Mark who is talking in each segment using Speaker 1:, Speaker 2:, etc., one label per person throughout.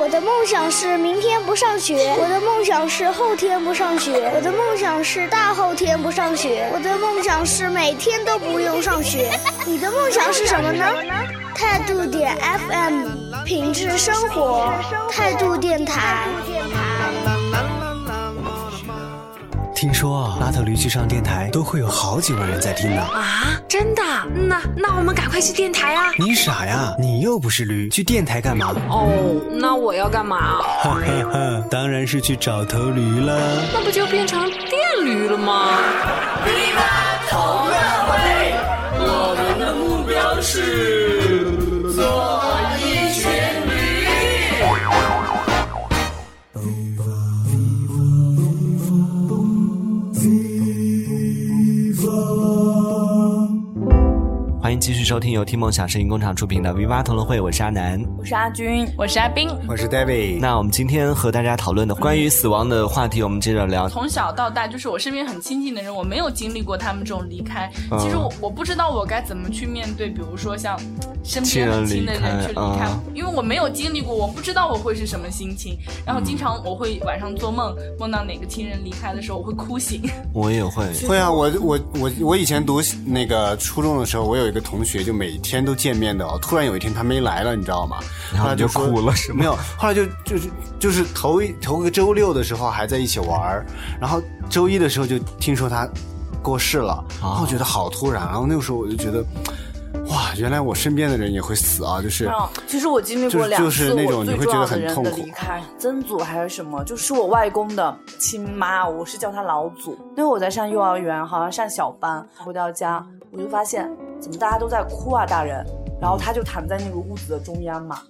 Speaker 1: 我的梦想是明天不上学，我的梦想是后天不上学，我的梦想是大后天不上学，我的梦想是每天都不用上学。你的梦想是什么呢？态度点 FM，品质生活，态度电台。
Speaker 2: 听说拉特驴去上电台都会有好几万人在听呢。
Speaker 3: 啊，真的？那那我们赶快去电台啊！
Speaker 2: 你傻呀？你又不是驴，去电台干嘛？
Speaker 3: 哦，那我要干嘛？啊
Speaker 2: 哈哈哈，当然是去找头驴啦。
Speaker 3: 那不就变成电驴了吗？
Speaker 4: 你拉同乐会，我们的目标是做一群驴。
Speaker 5: 欢迎继续收听由听梦想声音工厂出品的《V 八同乐会》，我是阿南。
Speaker 6: 我是阿军，我是阿斌。
Speaker 2: 我是 David。
Speaker 5: 那我们今天和大家讨论的关于死亡的话题，我们接着聊。
Speaker 6: 从小到大，就是我身边很亲近的人，我没有经历过他们这种离开。
Speaker 5: 嗯
Speaker 6: 其实我我不知道我该怎么去面对，比如说像身
Speaker 5: 亲
Speaker 6: 边
Speaker 5: 人
Speaker 6: 很亲的
Speaker 5: 离
Speaker 6: 人
Speaker 5: 开
Speaker 6: 去离开
Speaker 5: 嗯，
Speaker 6: 因为我没有经历过，我不知道我会是什么心情。然后
Speaker 5: 嗯
Speaker 6: 经常我会晚上做梦，梦到哪个亲人离开的时候，我会哭醒。
Speaker 5: 我也会，
Speaker 7: 会啊，我我我我以前读那个初中的时候，我有一个同学，就每天都见面的哦。突然有一天他没来了，你知道吗？
Speaker 5: 然后
Speaker 7: 后来
Speaker 5: 你就
Speaker 7: 说
Speaker 5: 哭 了是吗
Speaker 7: 没有，后来就就是就是头一头个周六的时候还在一起玩儿，然后周一的时候就听说他过世了，
Speaker 5: 啊
Speaker 7: 然后觉得好突然。然后那个时候我就觉得，哇，原来我身边的人也会死啊！就是
Speaker 6: 嗯
Speaker 8: 其实我经历
Speaker 7: 就
Speaker 8: 过
Speaker 7: 是
Speaker 8: 两
Speaker 7: 就是
Speaker 8: 次
Speaker 7: 那
Speaker 8: 我
Speaker 7: 种
Speaker 8: 最
Speaker 7: 你会
Speaker 8: 重
Speaker 7: 觉
Speaker 8: 要
Speaker 7: 得
Speaker 8: 的
Speaker 7: 很
Speaker 8: 人
Speaker 7: 痛
Speaker 8: 的
Speaker 7: 苦
Speaker 8: 离开，曾祖还是什么，就是我外公的亲妈，我是叫她老祖。那会我在上幼儿园，好像上小班，回到家我就发现怎么大家都在哭啊，大人。然后他就躺在那个屋子的中央嘛，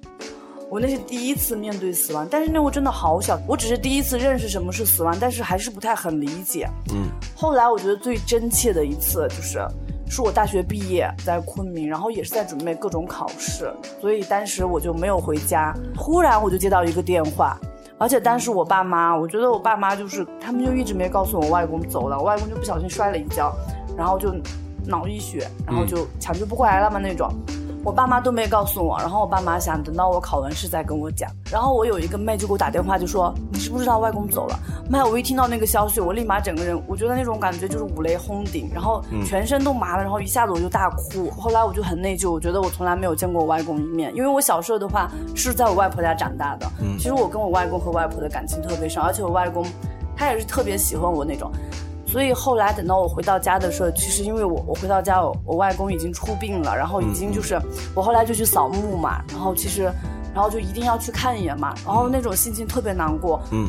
Speaker 8: 我那是第一次面对死亡，但是那会真的好小，我只是第一次认识什么是死亡，但是还是不太很理解。
Speaker 5: 嗯，
Speaker 8: 后来我觉得最真切的一次就是，是我大学毕业在昆明，然后也是在准备各种考试，所以当时我就没有回家。忽然我就接到一个电话，而且当时我爸妈，我觉得我爸妈就是他们就一直没告诉我外公走了，我外公就不小心摔了一跤，然后就脑溢血，然后就抢救不过来了嘛那种。我爸妈都没告诉我，然后我爸妈想等到我考完试再跟我讲。然后我有一个妹就给我打电话，就说你知不知道外公走了？妈，我一听到那个消息，我立马整个人，我觉得那种感觉就是五雷轰顶，然后全身都麻了，然后一下子我就大哭。后来我就很内疚，我觉得我从来没有见过我外公一面，因为我小时候的话是在我外婆家长大的。其实我跟我外公和外婆的感情特别深，而且我外公他也是特别喜欢我那种。所以后来等到我回到家的时候，其实因为我我回到家，我我外公已经出殡了，然后已经就是我后来就去扫墓嘛，然后其实，然后就一定要去看一眼嘛，然后那种心情特别难过，
Speaker 5: 嗯，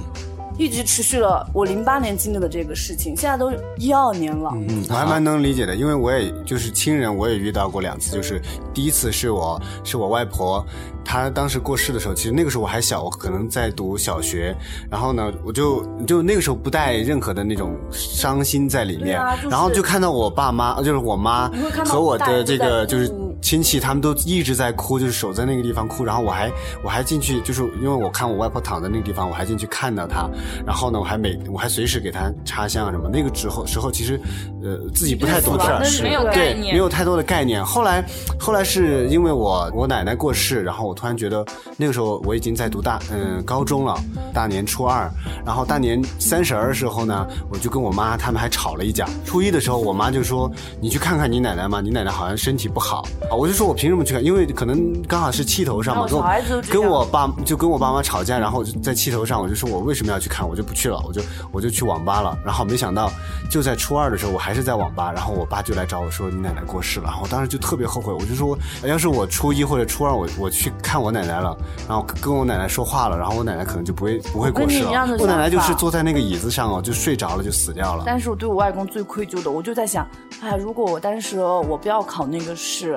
Speaker 8: 一直持续了我零八年经历的这个事情，现在都一二年了，
Speaker 5: 嗯
Speaker 7: 我还蛮能理解的，因为我也就是亲人，我也遇到过两次。就是第一次是我是我外婆，她当时过世的时候，其实那个时候我还小，我可能在读小学。然后呢，我就就那个时候不带任何的那种伤心在里
Speaker 8: 对
Speaker 7: 面，
Speaker 8: 啊就是
Speaker 7: 然后就看到我爸妈，就是我妈
Speaker 8: 你会看到
Speaker 7: 和我
Speaker 8: 大
Speaker 7: 的
Speaker 8: 人
Speaker 7: 这
Speaker 8: 在
Speaker 7: 个
Speaker 8: 哭
Speaker 7: 就是亲戚他们都一直在哭，就是守在那个地方哭。然后我还我还进去，就是因为我看我外婆躺在那个地方，我还进去看到她。然后呢，我还每我还随时给她插香啊什么。那个时候时候其实，呃，自己不太懂事儿，
Speaker 8: 对死亡的没有
Speaker 6: 概
Speaker 7: 对
Speaker 6: 念
Speaker 7: 没有太多的概念。后来后来是因为我我奶奶过世，然后我突然觉得那个时候我已经在读大嗯、高中了，大年初二，然后大年三十儿的时候呢，我就跟我妈他们还吵了一架。初一的时候，我妈就说：“你去看看你奶奶嘛，你奶奶好像身体不好。”啊，我就说我凭什么去看？因为可能刚好是气头上嘛，
Speaker 8: 哦
Speaker 7: 跟
Speaker 8: 小孩子都
Speaker 7: 我
Speaker 8: 这样
Speaker 7: 跟我爸就跟我爸妈吵架，然后我就在气头上，我就说我为什么要去看，我就不去了，我就我就去网吧了。然后没想到就在初二的时候，我还是在网吧，然后我爸就来找我说你奶奶过世了，然后我当时就特别后悔，我就说要是我初一或者初二我我去看我奶奶了，然后跟我奶奶说话了，然后我奶奶可能就不会不会过
Speaker 8: 跟你
Speaker 7: 世
Speaker 8: 一样
Speaker 7: 了
Speaker 8: 的。
Speaker 7: 我奶奶就
Speaker 8: 想
Speaker 7: 是
Speaker 8: 法
Speaker 7: 坐在那个椅子上哦，就睡着了就死掉了。
Speaker 8: 但是我对我外公最愧疚的，我就在想，哎，如果我当时我不要考那个试，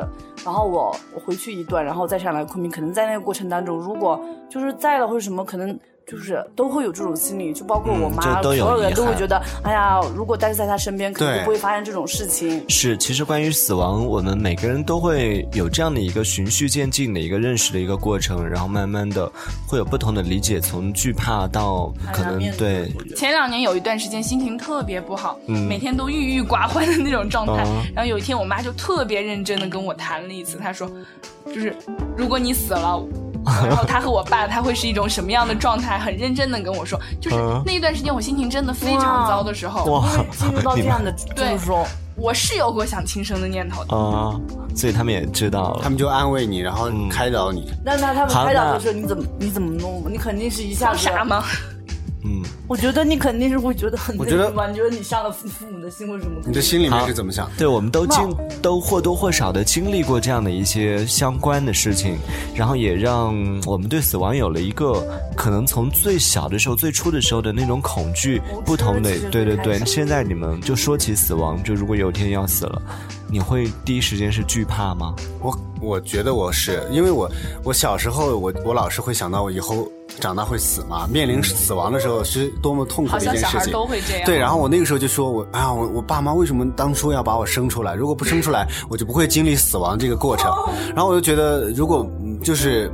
Speaker 8: 然后我我回去一段，然后再上来昆明，可能在那个过程当中，如果就是在了或者什么，可能就是都会有这种心理，就包括我
Speaker 5: 嗯
Speaker 8: 妈，
Speaker 5: 就都有
Speaker 8: 所有
Speaker 5: 遗
Speaker 8: 人都会
Speaker 5: 憾
Speaker 8: 觉得，哎呀，如果当时在他身边，可能
Speaker 7: 对
Speaker 8: 就不会发生这种事情。
Speaker 5: 是，其实关于死亡，我们每个人都会有这样的一个循序渐进的一个认识的一个过程，然后慢慢的会有不同的理解，从惧怕到可能
Speaker 8: 面
Speaker 5: 对，
Speaker 6: 前两年有一段时间心情特别不好，
Speaker 5: 嗯
Speaker 6: 每天都郁郁寡欢的那种状态。
Speaker 5: 啊
Speaker 6: 然后有一天，我妈就特别认真的跟我谈了一次，她说，就是如果你死了，然后他和我爸他会是一种什么样的状态？很认真的跟我说，就是
Speaker 5: 嗯
Speaker 6: 那一段时间我心情真的非常糟的时候，
Speaker 5: 哇，
Speaker 8: 进入到这
Speaker 5: 你
Speaker 8: 样
Speaker 5: 们
Speaker 8: 的
Speaker 6: 对
Speaker 8: 就是说，
Speaker 6: 我是有过想轻生的念头的。
Speaker 5: 啊，所以他们也知道
Speaker 7: 他
Speaker 5: 了。
Speaker 7: 们就安慰你，然后开导你。
Speaker 8: 那那他们
Speaker 5: 好
Speaker 8: 开导
Speaker 5: 那
Speaker 8: 的时候，你怎么你怎么弄？你肯定是一下
Speaker 6: 装
Speaker 8: 子
Speaker 6: 傻吗？
Speaker 5: 嗯，
Speaker 8: 我觉得你肯定是会觉得很
Speaker 7: 我觉得
Speaker 8: 内疚吧，你觉得你伤了父父母的心或者什么？
Speaker 7: 你的心里面
Speaker 5: 好
Speaker 7: 是怎么想？
Speaker 5: 对，我们都经
Speaker 8: 那
Speaker 5: 都或多或少的经历过这样的一些相关的事情，然后也让我们对死亡有了一个可能从最小的时候、最初的时候的那种恐惧
Speaker 8: 无知
Speaker 5: 不同的
Speaker 8: 其实。
Speaker 5: 对对
Speaker 8: 最
Speaker 5: 对
Speaker 8: 开，始
Speaker 5: 现在你们就说起死亡，就如果有一天要死了，你会第一时间是惧怕吗？
Speaker 7: 我我觉得我是因为我我小时候我我老是会想到我以后长大会死嘛，面临死亡的时候是多么痛苦
Speaker 6: 好
Speaker 7: 的一
Speaker 6: 像
Speaker 7: 件
Speaker 6: 小
Speaker 7: 事
Speaker 6: 孩
Speaker 7: 情。
Speaker 6: 都会这样。
Speaker 7: 对，然后我那个时候就说我啊，我我爸妈为什么当初要把我生出来？如果不生出来，我就不会经历死亡这个过程。然后我就觉得，如果嗯就是。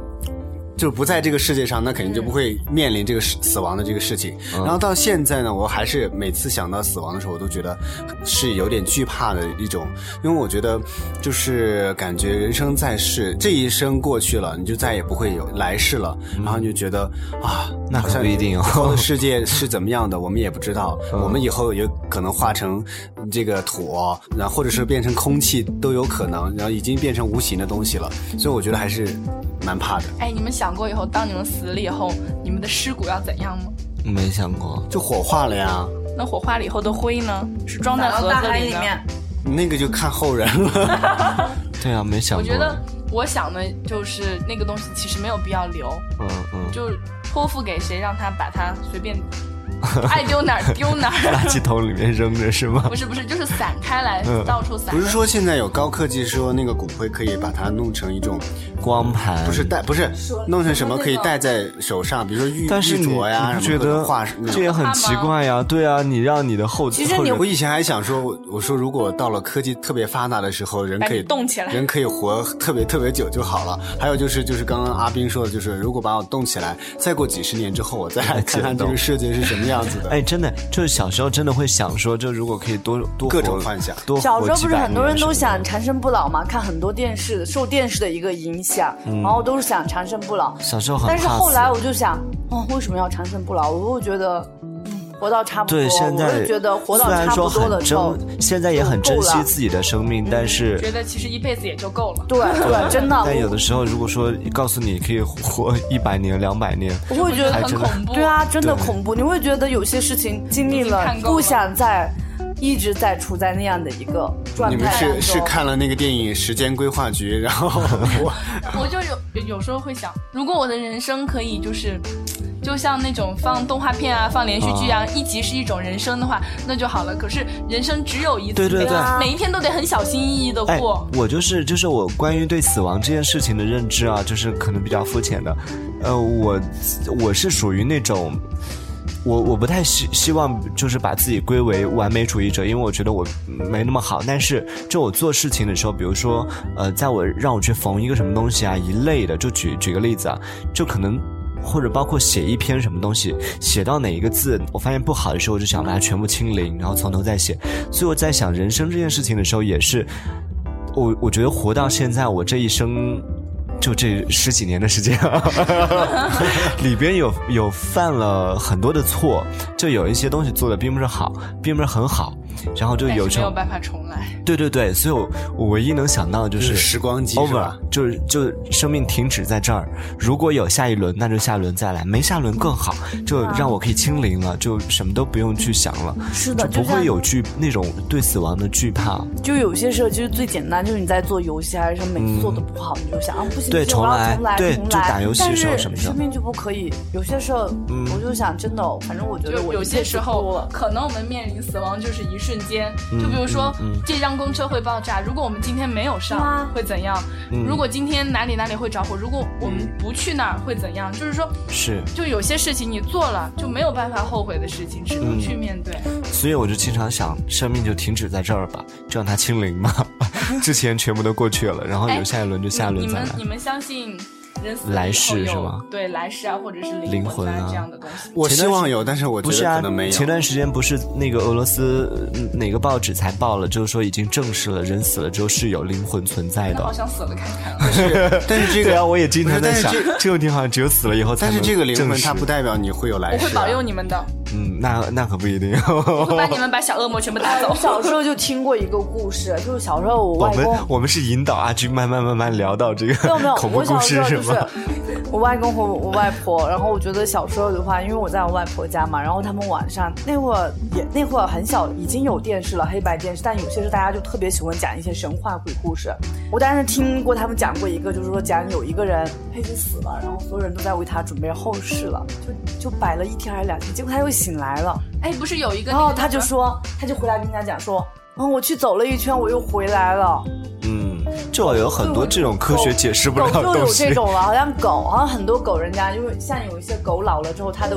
Speaker 7: 就是不在这个世界上，那肯定就不会面临这个死死亡的这个事情。然后到现在呢，我还是每次想到死亡的时候，我都觉得是有点惧怕的一种，因为我觉得就是感觉人生在世，这一生过去了，你就再也不会有来世了，然后你就觉得啊，
Speaker 5: 那
Speaker 7: 好
Speaker 5: 可
Speaker 7: 像
Speaker 5: 不一定哦嗯
Speaker 7: 以后的世界是怎么样的，我们也不知道。我们以后有可能化成这个土，然后或者是变成空气都有可能，然后已经变成无形的东西了。所以我觉得还是蛮怕的，
Speaker 6: 哎，你们想过以后，当你们死了以后，你们的尸骨要怎样吗？
Speaker 5: 没想过，
Speaker 7: 就火化了呀。
Speaker 6: 那火化了以后的灰呢？是装在
Speaker 8: 然后
Speaker 6: 盒
Speaker 8: 大
Speaker 6: 子
Speaker 8: 海
Speaker 6: 呢？
Speaker 8: 面，
Speaker 7: 那个就看后人了。
Speaker 5: 对啊，没想
Speaker 6: 我
Speaker 5: 过。
Speaker 6: 觉得，我想的就是那个东西其实没有必要留，
Speaker 5: 嗯嗯，
Speaker 6: 就托付给谁，让他把它随便爱丢哪儿丢哪
Speaker 5: 垃
Speaker 6: 儿。
Speaker 5: 圾桶里面扔着是吗
Speaker 6: 不？是不是，就是散开来，
Speaker 5: 嗯
Speaker 6: 到处散。
Speaker 7: 不是说现在有高科技，说那个骨灰可以把它弄成一种，
Speaker 5: 光盘
Speaker 7: 不是戴，不是
Speaker 8: 说
Speaker 7: 弄成什么可以
Speaker 8: 说那个
Speaker 7: 戴在手上，比如说玉
Speaker 5: 但是
Speaker 7: 玉
Speaker 5: 你
Speaker 7: 镯呀，
Speaker 5: 你不
Speaker 7: 什
Speaker 5: 觉
Speaker 7: 么各种
Speaker 5: 得
Speaker 7: 化石那种
Speaker 5: 这也很奇怪呀？对啊，你让你的后
Speaker 8: 其实
Speaker 5: 后
Speaker 8: 你
Speaker 5: 人
Speaker 7: 我以前还想说，我我说如果到了科技特别发达的时候，人
Speaker 6: 把
Speaker 7: 可以
Speaker 6: 你冻起来
Speaker 7: 人可以活特别特别久就好了。还有就是就是刚刚阿斌说的，就是如果把我冻起来，再过几十年之后，我再来看看这个世界是什么样子的。
Speaker 5: 哎，真的，就是小时候真的会想说，就如果可以多多
Speaker 7: 各
Speaker 5: 活
Speaker 7: 种幻想
Speaker 5: 多
Speaker 8: 小
Speaker 5: 活
Speaker 8: 时候不
Speaker 5: 几
Speaker 8: 是
Speaker 5: 百
Speaker 8: 很多人
Speaker 5: 年
Speaker 8: 都
Speaker 5: 什么
Speaker 8: 想长生不老吗？看很多电视，受电视的一个影响，然后都是想长生不老
Speaker 5: 的。小时嗯候很怕
Speaker 8: 但
Speaker 5: 死，
Speaker 8: 是后来我就想，哦，为什么要长生不老？我会觉得，嗯，活到差不多，
Speaker 5: 对现
Speaker 8: 我
Speaker 5: 在
Speaker 8: 就觉得活到
Speaker 5: 虽然
Speaker 8: 差
Speaker 5: 说
Speaker 8: 不多
Speaker 5: 很
Speaker 8: 了之后，
Speaker 5: 珍，现在也很
Speaker 8: 就够
Speaker 5: 珍惜
Speaker 8: 了嗯
Speaker 5: 自己的生命，但是
Speaker 6: 觉得其实一辈子也就够了。
Speaker 8: 对对，真的，
Speaker 5: 但有
Speaker 8: 我
Speaker 5: 的时候如果说告诉你可以活一百年、两百年，
Speaker 8: 我会觉得
Speaker 6: 很
Speaker 5: 还真的
Speaker 6: 恐怖。
Speaker 8: 对，啊，真的
Speaker 5: 对
Speaker 8: 恐怖。你会觉得有些事情经历
Speaker 6: 已经
Speaker 8: 了
Speaker 6: 看，够了
Speaker 8: 不想再一直在处在那样的一个状
Speaker 7: 你
Speaker 8: 态
Speaker 7: 们
Speaker 8: 当中。
Speaker 7: 是是看了那个电影《时间规划局》，然后 我
Speaker 5: 嗯
Speaker 6: 我就有有时候会想，如果我的人生可以就是。就像那种放动画片啊，放连续剧啊，一集是一种人生的话，那就好了。可是人生只有一次，
Speaker 5: 对对对
Speaker 6: 每一天都得很小心翼翼的
Speaker 5: 哎
Speaker 6: 过。，
Speaker 5: 我就是就是我关于对死亡这件事情的认知啊，就是可能比较肤浅的，呃，我我是属于那种。我我不太希希望就是把自己归为完美主义者，因为我觉得我没那么好。但是就我做事情的时候，比如说呃，在我让我去缝一个什么东西啊一类的，就举举个例子啊，就可能或者包括写一篇什么东西，写到哪一个字我发现不好的时候，我就想把它全部清零，然后从头再写。所以我在想人生这件事情的时候，也是我我觉得活到现在，我这一生就这十几年的时间、啊， 里边有有犯了很多的错，就有一些东西做的并不是好，并不是很好，然后就
Speaker 6: 但是
Speaker 5: 有时
Speaker 6: 没有
Speaker 5: 候
Speaker 6: 办法重来。
Speaker 5: 对对对，所以我我唯一能想到的就
Speaker 7: 就是
Speaker 5: 是
Speaker 7: 时光机是
Speaker 5: over，
Speaker 7: 吧
Speaker 5: 就是就是生命停止在这儿。如果有下一轮，那就下一轮再来；没下轮更好，就
Speaker 6: 啊
Speaker 5: 让我可以清零了，就什么都不用去想了，
Speaker 8: 是的，
Speaker 5: 就不
Speaker 8: 像
Speaker 5: 会有惧那种对死亡的惧怕。
Speaker 8: 就有些时候就是最简单，就是你在做游戏啊还是什么，每次做的不好，你就想啊不行，
Speaker 5: 对
Speaker 8: 不行我要
Speaker 5: 重来
Speaker 8: 重来，
Speaker 5: 对
Speaker 8: 重来。
Speaker 5: 就打游戏的时候
Speaker 8: 但是
Speaker 5: 什么的嗯
Speaker 8: 生命就不可以。有些时候，我就想真的，反正我觉得
Speaker 6: 就
Speaker 8: 我
Speaker 6: 有
Speaker 8: 一辈
Speaker 6: 些
Speaker 8: 子
Speaker 6: 时候
Speaker 8: 多，
Speaker 6: 可能我们面临死亡就是一瞬间。
Speaker 5: 嗯
Speaker 6: 就比如说，这辆公车会爆炸，如果我们今天没有上
Speaker 8: 啊，
Speaker 6: 会怎样？
Speaker 5: 嗯
Speaker 6: 如果今天哪里哪里会着火，如果我们不去那儿，会怎样？就是说，
Speaker 5: 是，
Speaker 6: 就有些事情你做了就没有办法后悔的事情，只
Speaker 5: 嗯
Speaker 6: 能去面对。
Speaker 5: 所以我就经常想，生命就停止在这儿吧，就让它 清零嘛。之前全部都过去了，然后
Speaker 6: 哎
Speaker 5: 有下一轮就下一
Speaker 6: 你
Speaker 5: 轮
Speaker 6: 你
Speaker 5: 再
Speaker 6: 们
Speaker 5: 来
Speaker 6: 你。们相信人死了
Speaker 5: 来
Speaker 6: 以后
Speaker 5: 世是
Speaker 6: 有
Speaker 5: 吗
Speaker 6: 对来世啊，或者是
Speaker 5: 灵
Speaker 6: 魂
Speaker 5: 魂啊
Speaker 6: 这样的东西。
Speaker 7: 我
Speaker 5: 前段
Speaker 7: 希望有，但是我
Speaker 5: 不
Speaker 7: 觉
Speaker 5: 是
Speaker 7: 得
Speaker 5: 啊
Speaker 7: 可能没，有。
Speaker 5: 前段时间不是那个俄罗斯呃哪个报纸才报了，就是说已经证实了人死了之后是有灵魂存在
Speaker 6: 那好
Speaker 8: 哦
Speaker 5: 的。
Speaker 6: 想死了看看啊。
Speaker 7: 但是这个，
Speaker 5: 对啊，我也经常
Speaker 7: 不是
Speaker 5: 在想
Speaker 7: 但是这，
Speaker 5: 这种地方好像只有死了以后才
Speaker 7: 但
Speaker 5: 能
Speaker 7: 是这个灵魂
Speaker 5: 证实
Speaker 7: 它不代表你会有来
Speaker 6: 我
Speaker 7: 世、啊。
Speaker 6: 会保佑你们的，
Speaker 5: 嗯，那那可不一定。
Speaker 6: 我会把你们把小恶魔全部打
Speaker 8: 哦
Speaker 6: 走
Speaker 8: 我。小时候就听过一个故事，就是小时候我
Speaker 5: 我
Speaker 8: 外
Speaker 5: 们
Speaker 8: 公。
Speaker 5: 我们是引导阿军慢慢慢慢聊到这个
Speaker 8: 没有没有，
Speaker 5: 恐怖
Speaker 8: 我
Speaker 5: 故
Speaker 8: 小时
Speaker 5: 事
Speaker 8: 候
Speaker 5: 是
Speaker 8: 就是
Speaker 5: 吗？
Speaker 8: 我外公和我外婆，然后我觉得小时候的话，因为我在我外婆家嘛，然后他们晚上那会儿也那会儿很小，已经有电视了，黑白电视，但有些是大家就特别喜欢讲一些神话鬼故事。我当时听过他们讲过一个，就是说讲有一个人他已经死了，然后所有人都在为他准备后事了，就就摆了一天还是两天，结果他又醒来了。
Speaker 6: 哎，不是有一个，
Speaker 8: 然后哦他就，说，他就回来跟人家讲说，嗯，我去走了一圈，我又回来了。
Speaker 5: 嗯，就有很多这种科学解释不了的
Speaker 8: 狗就
Speaker 5: 东
Speaker 8: 有
Speaker 5: 西
Speaker 8: 这。种了，好像狗，好像很多狗，人家因为像有一些狗老了之后，它的。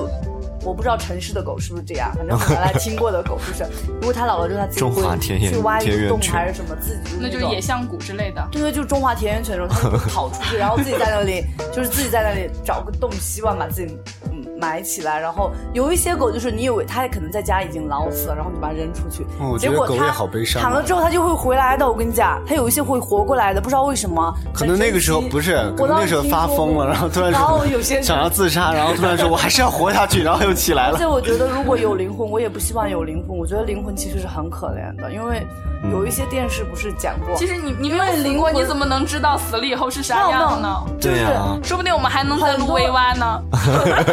Speaker 8: 我不知道城市的狗是不是这样，反正我原来听过的狗就是，如果它老了之后，它自己
Speaker 5: 中华
Speaker 8: 会
Speaker 5: 田园
Speaker 8: 去挖一
Speaker 5: 田
Speaker 8: 个
Speaker 5: 园
Speaker 8: 洞
Speaker 5: 犬
Speaker 8: 还是什么，自己
Speaker 6: 那就是
Speaker 8: 种
Speaker 6: 野象谷之类的。
Speaker 8: 对对，就是中华田园犬那种，它就跑出 去，然后自己在那里，就是自己在那里找个洞，希望把自己嗯埋起来。然后有一些狗就是你以为它可能在家已经老死了，然后你把它扔出去，
Speaker 7: 哦我觉
Speaker 8: 结
Speaker 7: 得
Speaker 8: 果
Speaker 7: 狗
Speaker 8: 它
Speaker 7: 也好悲伤啊
Speaker 8: 躺了之后它就会回来的。我跟你讲，它有一些会活过来的，不知道为什么。
Speaker 7: 可能那个时候不是，可
Speaker 8: 我
Speaker 7: 能
Speaker 8: 当
Speaker 7: 那时候
Speaker 8: 听
Speaker 7: 发
Speaker 8: 说
Speaker 7: 疯
Speaker 8: 过
Speaker 7: 了，然后突然
Speaker 8: 然后有
Speaker 7: 说
Speaker 8: 些
Speaker 7: 想要自杀，然后突然说我还是要活下去，然后又起来
Speaker 8: 而
Speaker 7: 了。
Speaker 8: 且我觉得，如果有灵魂，我也不希望有灵魂。我觉得灵魂其实是很可怜的，因为
Speaker 7: 嗯
Speaker 8: 有一些电视不是讲过，
Speaker 6: 其实你你没有死
Speaker 8: 灵
Speaker 6: 过，
Speaker 8: 魂
Speaker 6: 你怎么能知道死了以后是啥样呢？
Speaker 5: 对啊，
Speaker 6: 说不定我们还能再录微挖呢。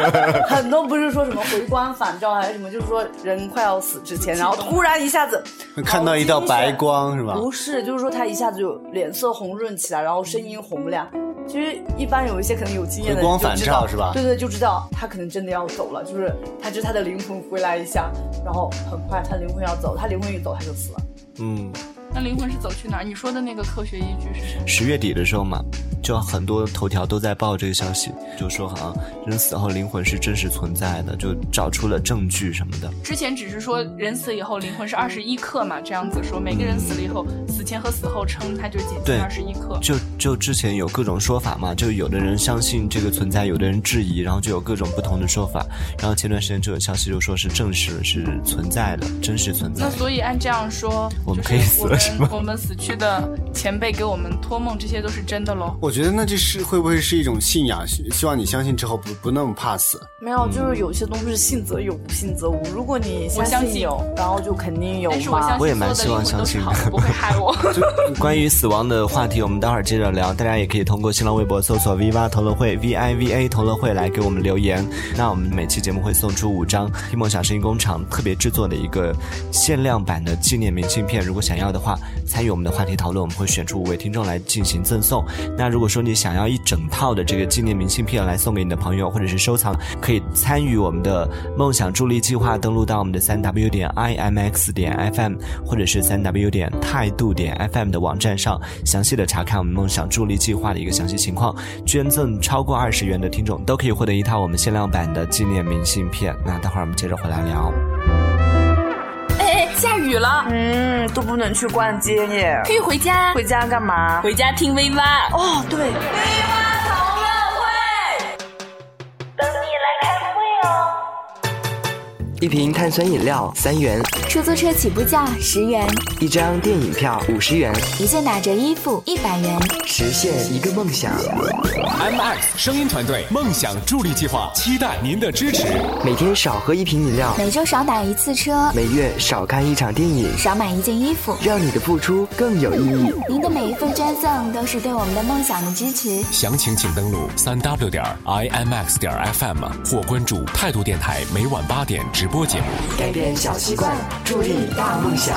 Speaker 8: 很多不是说什么回光返照还是什么，就是说人快要死之前，然后突然一下子
Speaker 7: 看到一道白，光是吧
Speaker 8: 好？惊险不是，就是说他一下子就脸色红润起来，然后声音洪亮。其实一般有一些可能有经验的人
Speaker 7: 回光
Speaker 8: 就
Speaker 7: 返
Speaker 8: 知道
Speaker 7: 照是吧
Speaker 8: 对对，就知道他可能真的要走了，就是他只是他的灵魂回来一下，然后很快他灵魂要走，他灵魂一走他就死了。
Speaker 5: 嗯。
Speaker 6: 那灵魂是走去哪儿？你说的那个科学依据是什么？
Speaker 5: 十月底的时候嘛，就很多头条都在报这个消息，就说好像人死后灵魂是真实存在的，就找出了证据什么的。
Speaker 6: 之前只是说人死以后灵魂是二十一克嘛，这样子说，每个人死了以后，死前和死后称，它就减
Speaker 5: 对
Speaker 6: 轻二十一克。
Speaker 5: 就就之前有各种说法嘛，就有的人相信这个存在，有的人质疑，然后就有各种不同的说法。然后前段时间就有消息就说是证实了是存在的，真实存在
Speaker 6: 那
Speaker 5: 的。
Speaker 6: 所以按这样说，
Speaker 5: 我们
Speaker 6: 就
Speaker 5: 可以死了是吗
Speaker 6: 是我们我们死去的前辈给我们托梦，这些都是真的喽。
Speaker 7: 我觉得那这是会不会是一种信仰？希希望你相信之后不不那么怕死。
Speaker 8: 没有，就是有些东西是信则有，不信则无。如果你
Speaker 6: 我相信
Speaker 8: 信有，然后就肯定有
Speaker 6: 但是我
Speaker 8: 嘛
Speaker 6: 相。
Speaker 5: 我也
Speaker 6: 信所
Speaker 5: 蛮
Speaker 6: 有的
Speaker 5: 希望
Speaker 6: 灵魂
Speaker 5: 相
Speaker 6: 都是
Speaker 5: 信
Speaker 6: 好的，不会害 我。
Speaker 5: 关于死亡的话题，我们待会儿接着聊。大家也可以通过新浪微博搜索 “Viva 同乐会 ”V I V A 同乐会来给我们留言。那我们每期节目会送出五张听梦想声音工厂特别制作的一个限量版的纪念明信片，如果想要的话，参与我们的话题讨论，我们会选出五位听众来进行赠送。那如果说你想要一整套的这个纪念明信片来送给你的朋友或者是收藏，可以参与我们的梦想助力计划，登录到我们的三 w 点 i m x 点 f m 或者是三 w 点态度点 f m 的网站上，详细的查看我们梦想助力计划的一个详细情况。捐赠超过二十元的听众都可以获得一套我们限量版的纪念明信片。那待会儿我们接着回来聊。
Speaker 9: 哎，下雨了，
Speaker 8: 嗯，都不能去逛街耶
Speaker 9: 可以回家，
Speaker 8: 回家干嘛？
Speaker 9: 回家听 V 妈。
Speaker 8: 哦，对，
Speaker 10: 一瓶碳酸饮料三元，
Speaker 11: 出租车起步价十元，
Speaker 10: 一张电影票五十元，
Speaker 11: 一件打折衣服一百元。
Speaker 10: 实现一个梦想。
Speaker 4: M X 声音团队梦想助力计划，期待您的支持。
Speaker 10: 每天少喝一瓶饮料，
Speaker 11: 每周少打一次车，
Speaker 10: 每月少看一场电影，
Speaker 11: 少买一件衣服。
Speaker 10: 让你的付出更有意义。
Speaker 11: 您的每一份捐赠都是对我们的梦想的支持。
Speaker 4: 详情请登录三 w 点 i m x 点 f m 或关注态度电台每晚八点直播节目。
Speaker 10: 改变小习惯，助力大梦想。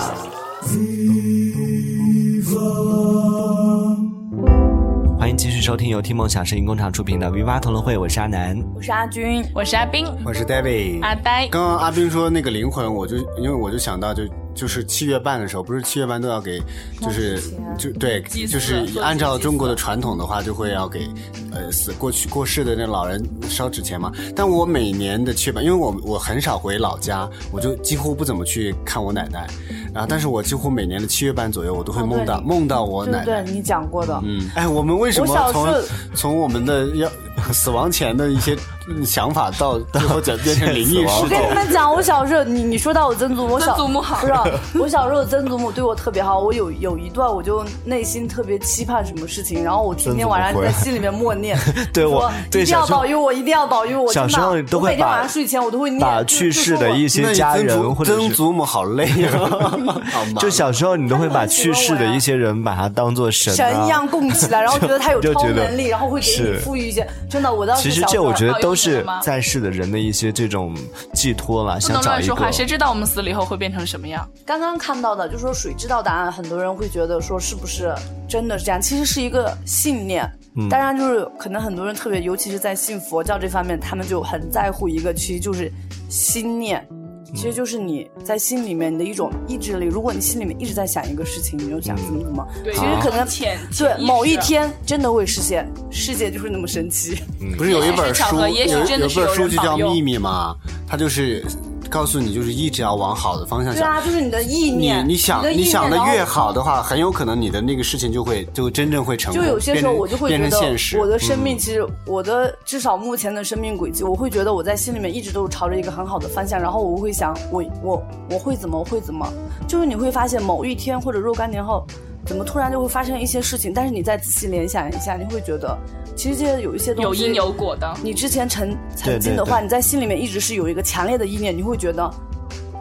Speaker 5: 欢迎继续收听由听梦想声音工厂出品的《Viva 同乐会》，我是阿南。
Speaker 8: 我是阿军。
Speaker 6: 我是阿冰，
Speaker 7: 我是 David，
Speaker 6: 阿呆。
Speaker 7: 刚刚阿斌说那个灵魂，我就因为我就想到就就是七月半的时候，不是七月半都要给，就是就对，
Speaker 6: 祭祀
Speaker 7: 就是按照中国的传统的话，就会要给呃死过去过世的那老人烧纸钱嘛。但我每年的七月半，因为我我很少回老家，我就几乎不怎么去看我奶奶，然后但是我几乎每年的七月半左右，我都会梦到、梦到我
Speaker 8: 对
Speaker 7: 奶
Speaker 8: 对
Speaker 7: 奶。
Speaker 8: 对，你讲过的。
Speaker 7: 嗯，哎，我们为什
Speaker 8: 我小
Speaker 7: 么从
Speaker 8: 时
Speaker 7: 从我们的要 死亡前的 一些嗯想法到最后讲变成灵异
Speaker 8: 我
Speaker 7: 事
Speaker 8: 跟
Speaker 7: 件
Speaker 8: 你？们讲，我小时候，你你说到我曾祖母，我小
Speaker 6: 曾祖母好
Speaker 8: 不是，我小时候的曾祖母对我特别好。我有有一段，我就内心特别期盼什么事情，然后我今天晚上在心里面默念，
Speaker 5: 对我
Speaker 8: 说
Speaker 5: 对
Speaker 8: 一定要
Speaker 5: 小时候
Speaker 8: 保佑我，一定要保佑我。
Speaker 5: 小时候
Speaker 8: 真的
Speaker 5: 都会
Speaker 8: 我每天
Speaker 5: 把
Speaker 8: 晚上睡前我都会念，
Speaker 5: 把
Speaker 8: 就
Speaker 5: 去世的一些家人或者
Speaker 7: 曾祖母好累 啊，
Speaker 5: 就小时候你都会把去世的一些人把他当做神、啊、
Speaker 8: 神一样供起来，然后觉得他有
Speaker 5: 就就
Speaker 8: 超
Speaker 5: 觉得
Speaker 8: 能力，然后会给你
Speaker 5: 是
Speaker 8: 赋予一些。真的，我当时
Speaker 5: 其实
Speaker 8: 小时
Speaker 5: 这
Speaker 8: 候
Speaker 5: 我觉得都是
Speaker 6: 吗
Speaker 5: 在世的人的一些这种寄托了，
Speaker 6: 不
Speaker 5: 想
Speaker 6: 能
Speaker 5: 找
Speaker 6: 乱
Speaker 5: 一
Speaker 6: 说
Speaker 5: 个
Speaker 6: 话，谁知道我们死了以后会变成什么样？
Speaker 8: 刚刚看到的，就说水知道答案，很多人会觉得说是不是真的是这样？其实是一个信念。
Speaker 11: 嗯
Speaker 8: 当然就是可能很多人特别，尤其是在信佛教这方面，他们就很在乎一个，其实就是心念。
Speaker 7: 嗯
Speaker 8: 其实就是你在心里面你的一种意志力。如果你心里面一直在想一个事情，你就想怎么怎么，
Speaker 6: 对
Speaker 7: 啊
Speaker 8: 其实可能
Speaker 6: 潜
Speaker 8: 对
Speaker 6: 潜意识
Speaker 8: 某一天真的会实现。世界就是那么神 奇。
Speaker 5: 嗯
Speaker 7: 不是有一本书，有
Speaker 8: 也许
Speaker 7: 有
Speaker 8: 真的
Speaker 7: 一
Speaker 8: 是
Speaker 7: 本书
Speaker 8: 人
Speaker 7: 就
Speaker 8: 保
Speaker 7: 叫《
Speaker 8: 佑
Speaker 7: 秘密》嘛，它就是告诉你，就是一直要往好的方向
Speaker 8: 对
Speaker 7: 想。
Speaker 8: 啊，就是你的意
Speaker 7: 你
Speaker 8: 念，
Speaker 7: 你想
Speaker 8: 的意
Speaker 7: 你
Speaker 8: 念
Speaker 7: 想的
Speaker 8: 然后
Speaker 7: 越好的话，很有可能你的那个事情就会就真正会成
Speaker 8: 就
Speaker 7: 功。
Speaker 8: 有些时候我就会
Speaker 7: 变
Speaker 8: 觉
Speaker 7: 成变成现实。
Speaker 8: 得，我的生命
Speaker 7: 嗯
Speaker 8: 其实我的至少目前的生命轨迹，我会觉得我在心里面一直都是朝着一个很好的方向，然后我会想我我我会怎么我会怎么，就是你会发现某一天或者若干年后，怎么突然就会发生一些事情，但是你再仔细联想一下，你会觉得其实这些有一些东西
Speaker 6: 有因有果的。
Speaker 8: 你之前曾曾
Speaker 6: 对
Speaker 8: 经
Speaker 6: 对
Speaker 8: 的话，
Speaker 6: 对
Speaker 8: 你在心里面一直是有一个强烈的意念，你会觉得。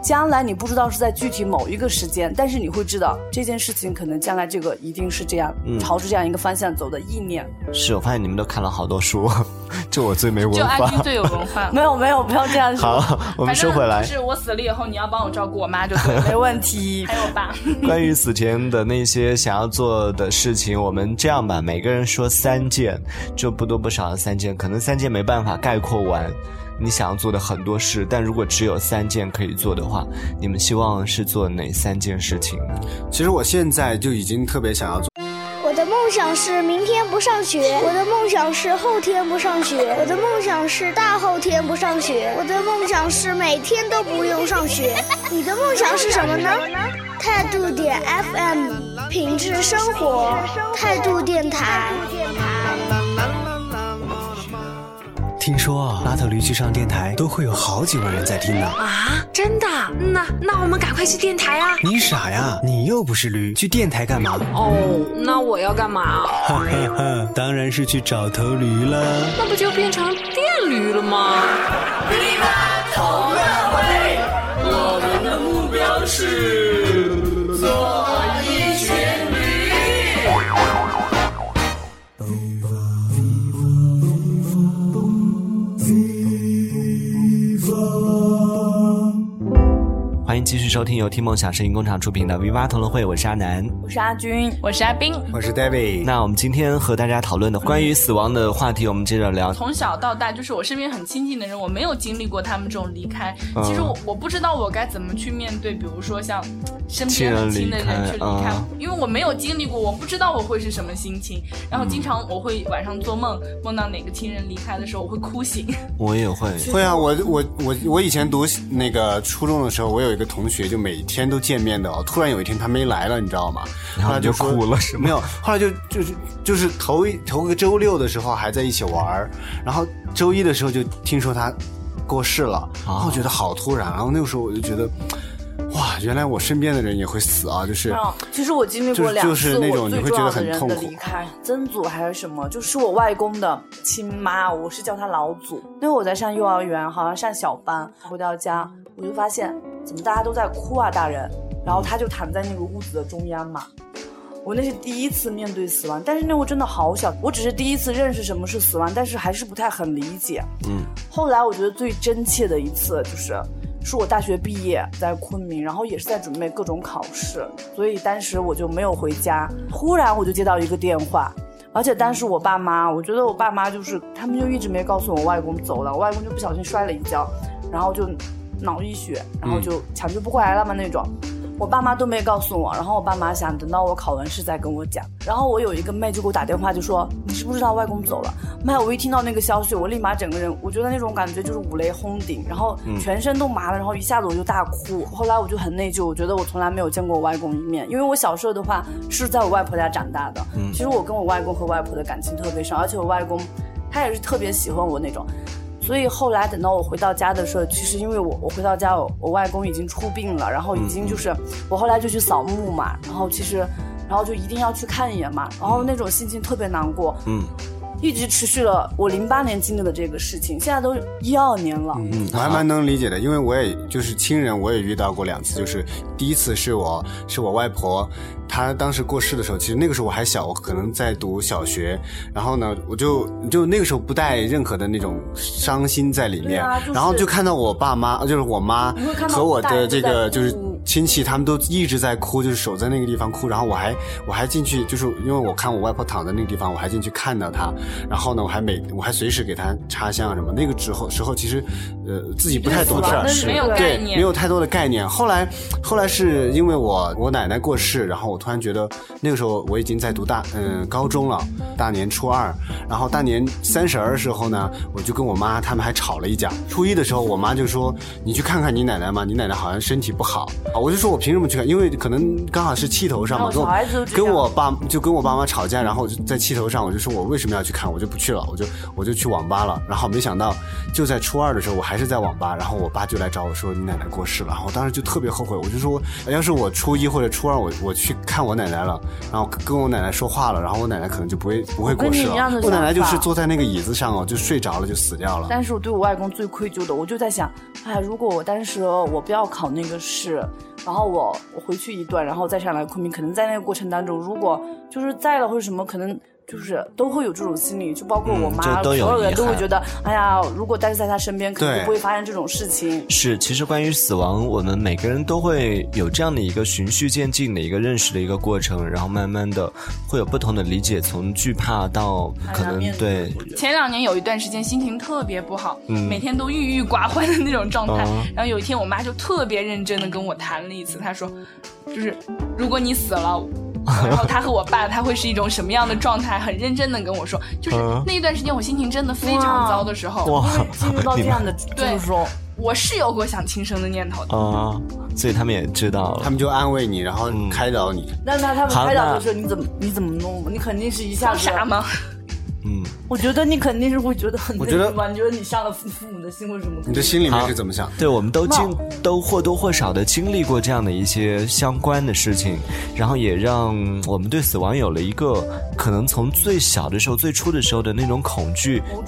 Speaker 8: 将来你不知道是在具体某一个时间，但是你会知道这件事情可能将来这个一定是这样，
Speaker 5: 嗯
Speaker 8: 朝着这样一个方向走的意念。
Speaker 5: 是我发现你们都看了好多书， 就我最没文
Speaker 6: 就阿
Speaker 5: 化
Speaker 6: 军。最有文化，
Speaker 8: 没有没有，不要这样
Speaker 5: 说好我们说回来
Speaker 6: 反正就是我死了以后，你要帮我照顾我妈就对了，
Speaker 8: 没问题。
Speaker 6: 还有我爸，
Speaker 5: 关于死前的那些想要做的事情，我们这样吧，每个人说三件，就不多不少的三件，可能三件没办法概括完你想要做的很多事，但如果只有三件可以做的话，你们希望是做哪三件事情呢？
Speaker 7: 其实我现在就已经特别想要做。
Speaker 1: 我的梦想是明天不上学，我的梦想是后天不上学，我的梦想是大后天不上学，我的梦想是每天都不用上学。你的梦想是什么呢？态度点 FM，品质生活，态度电台。
Speaker 2: 听说啊拉特驴去上电台都会有好几万人在听呢。
Speaker 3: 啊，真的？那那我们赶快去电台啊！
Speaker 2: 你傻呀？你又不是驴，去电台干嘛？
Speaker 3: 哦，那我要干嘛？啊
Speaker 2: 哈哈哈，当然是去找头驴了。
Speaker 3: 那不就变成电驴了吗？
Speaker 4: 同乐会，我们的目标是做一群驴。
Speaker 5: 欢迎继续收听由听梦想声音工厂出品的《V 八同乐会》，我是阿南。
Speaker 8: 我是阿军，
Speaker 6: 我是阿斌，
Speaker 7: 我是 David。
Speaker 5: 那我们今天和大家讨论的关于死亡的话题，我们接着聊。
Speaker 6: 从小到大，就是我身边很亲近的人，我没有经历过他们这种离开。
Speaker 5: 嗯
Speaker 6: 其实我我不知道我该怎么去面对，比如说像身
Speaker 5: 亲
Speaker 6: 边
Speaker 5: 人
Speaker 6: 很亲
Speaker 5: 离
Speaker 6: 的
Speaker 5: 开
Speaker 6: 人去离开，
Speaker 5: 啊
Speaker 6: 因为我没有经历过，我不知道我会是什么心情。
Speaker 5: 嗯
Speaker 6: 然后经常我会晚上做梦，梦到哪个亲人离开的时候，我会哭醒。
Speaker 5: 我也会
Speaker 7: 会啊，我我我我以前读那个初中的时候，我有一个同学，就每天都见面的哦。突然有一天他没来了，你知道吗？
Speaker 5: 然后
Speaker 7: 来
Speaker 5: 你就
Speaker 7: 说
Speaker 5: 哭了是吗
Speaker 7: 没有，后来就就是就是头一头个周六的时候还在一起玩儿然后周一的时候就听说他过世了，然后我觉得好突然。然后那个时候我就觉得，哇，原来我身边的人也会死啊，就是
Speaker 8: 没有，哦其实我经历过两
Speaker 7: 就
Speaker 8: 次
Speaker 7: 是那种
Speaker 8: 我
Speaker 7: 你
Speaker 8: 最
Speaker 7: 会
Speaker 8: 重
Speaker 7: 觉
Speaker 8: 要
Speaker 7: 得
Speaker 8: 的
Speaker 7: 很
Speaker 8: 人
Speaker 7: 痛
Speaker 8: 的
Speaker 7: 苦
Speaker 8: 离。开，曾祖还是什么，就是我外公的亲妈，我是叫她老祖。那会儿我在上幼儿园，好像上小班，回到家我就发现怎么大家都在哭啊，大人。然后他就躺在那个屋子的中央嘛，我那是第一次面对死亡，但是那会儿真的好小，我只是第一次认识什么是死亡，但是还是不太很理解。
Speaker 5: 嗯，
Speaker 8: 后来我觉得最真切的一次就是，是我大学毕业在昆明，然后也是在准备各种考试，所以当时我就没有回家。忽然我就接到一个电话，而且当时我爸妈，我觉得我爸妈就是他们就一直没告诉我外公走了，我外公就不小心摔了一跤，然后就脑溢血，然后就抢救不过来了嘛那种。我爸妈都没告诉我。然后我爸妈想等到我考完试再跟我讲。然后我有一个妹就给我打电话，就说你知不知道外公走了？妈呀！我一听到那个消息，我立马整个人，我觉得那种感觉就是五雷轰顶，然后
Speaker 12: 嗯
Speaker 8: 全身都麻了，然后一下子我就大哭。后来我就很内疚，我觉得我从来没有见过我外公一面，因为我小时候的话是在我外婆家长大的。
Speaker 12: 嗯
Speaker 8: 其实我跟我外公和外婆的感情特别深，而且我外公他也是特别喜欢我那种。所以后来等到我回到家的时候，其实因为我我回到家，我我外公已经出殡了，然后已
Speaker 12: 嗯
Speaker 8: 经就是我后来就去扫墓嘛，然后其实，然后就一定要去看一眼嘛，然后那种心情特别难过，
Speaker 5: 嗯，
Speaker 8: 一直持续了我零八年经历的这个事情，现在都一二年了，
Speaker 7: 嗯，我还蛮能理解的，因为我也就是亲人，我也遇到过两次。就是第一次是我是我外婆，她当时过世的时候，其实那个时候我还小，我可能在读小学。然后呢，我就就那个时候不带任何的那种伤心在里
Speaker 8: 对
Speaker 7: 面，
Speaker 8: 啊就是
Speaker 7: 然后就看到我爸妈，就是我妈
Speaker 8: 你会看到
Speaker 7: 和我
Speaker 8: 大人
Speaker 7: 的
Speaker 8: 都
Speaker 7: 这
Speaker 8: 在
Speaker 7: 个
Speaker 8: 哭
Speaker 7: 就是亲戚他们都一直在哭，就是守在那个地方哭，然后我还我还进去，就是因为我看我外婆躺在那个地方，我还进去看到她，然后呢，我还每我还随时给她插香啊什么。那个时候时候其实，呃，自己不太懂事儿，
Speaker 6: 就是死亡的没有概
Speaker 7: 对，
Speaker 6: 念
Speaker 7: 没有太多的概念。后来后来是因为我我奶奶过世，然后我突然觉得那个时候我已经在读大嗯、高中了，大年初二，然后大年三十儿的时候呢，我就跟我妈他们还吵了一架。初一的时候，我妈就说：“你去看看你奶奶嘛，你奶奶好像身体不好。”啊，我就说我凭什么去看？因为可能刚好是气头上嘛，
Speaker 8: 哦
Speaker 7: 跟
Speaker 8: 小孩子都
Speaker 7: 我
Speaker 8: 这样
Speaker 7: 跟我爸就跟我爸妈吵架，然后我就在气头上，我就说我为什么要去看，我就不去了，我就我就去网吧了。然后没想到就在初二的时候，我还是在网吧，然后我爸就来找我说你奶奶过世了，然后我当时就特别后悔，我就说要是我初一或者初二我我去看我奶奶了，然后跟我奶奶说话了，然后我奶奶可能就不会不会过世
Speaker 8: 我跟你一样
Speaker 7: 了
Speaker 8: 的。
Speaker 7: 我奶奶就
Speaker 8: 想
Speaker 7: 是
Speaker 8: 法
Speaker 7: 坐在那个椅子上哦，就睡着了就死掉了。
Speaker 8: 但是我对我外公最愧疚的，我就在想，哎，如果我当时我不要考那个试，然后我我回去一段，然后再上来昆明，可能在那个过程当中，如果就是在了或者什么，可能。就是都会有这种心理，就包括我妈，
Speaker 5: 嗯就
Speaker 8: 所
Speaker 5: 都有
Speaker 8: 有人
Speaker 5: 遗
Speaker 8: 都会
Speaker 5: 憾
Speaker 8: 觉得，哎呀，如果待在他身边，可能
Speaker 5: 对
Speaker 8: 就不会发生这种事 情。
Speaker 5: 是，其实关于死亡，我们每个人都会有这样的一个循序渐进的一个认识的一个过程，然后慢慢的会有不同的理解，从惧怕到可能对
Speaker 6: 前两年有一段时间心情特别不好，
Speaker 5: 嗯
Speaker 6: 每天都郁郁寡欢的那种状态。
Speaker 5: 嗯
Speaker 6: 然后有一天，我妈就特别认真的跟我谈了一次，她说，就是如果你死了。然后她和我爸，他会是一种什么样的状态？很认真的跟我说，就是
Speaker 5: 嗯
Speaker 6: 那一段时间我心情真的非常糟的时候，
Speaker 5: 哇哇进入到这 样的
Speaker 6: 对
Speaker 8: 时候，
Speaker 6: 我是有过想轻生的念头 的。
Speaker 5: 啊、所以他们也知道了，
Speaker 7: 他们就安慰你，然后开导你。
Speaker 8: 那那他们
Speaker 5: 好
Speaker 8: 开导的
Speaker 5: 那
Speaker 8: 时候，你怎么你怎么弄？你肯定是一下子
Speaker 6: 傻吗？
Speaker 5: 嗯，
Speaker 8: 我觉得你肯定是会觉得很
Speaker 5: 我觉得
Speaker 8: 内疚吧？你觉得你伤了父父母的心或者什么？
Speaker 7: 你的心里面是怎么想？
Speaker 5: 对，我们都经
Speaker 8: 冒
Speaker 5: 都或多或少的经历过这样的一些相关的事情，然后也让我们对死亡有了一个可能从最小的时候、最初的时候的那种恐惧，不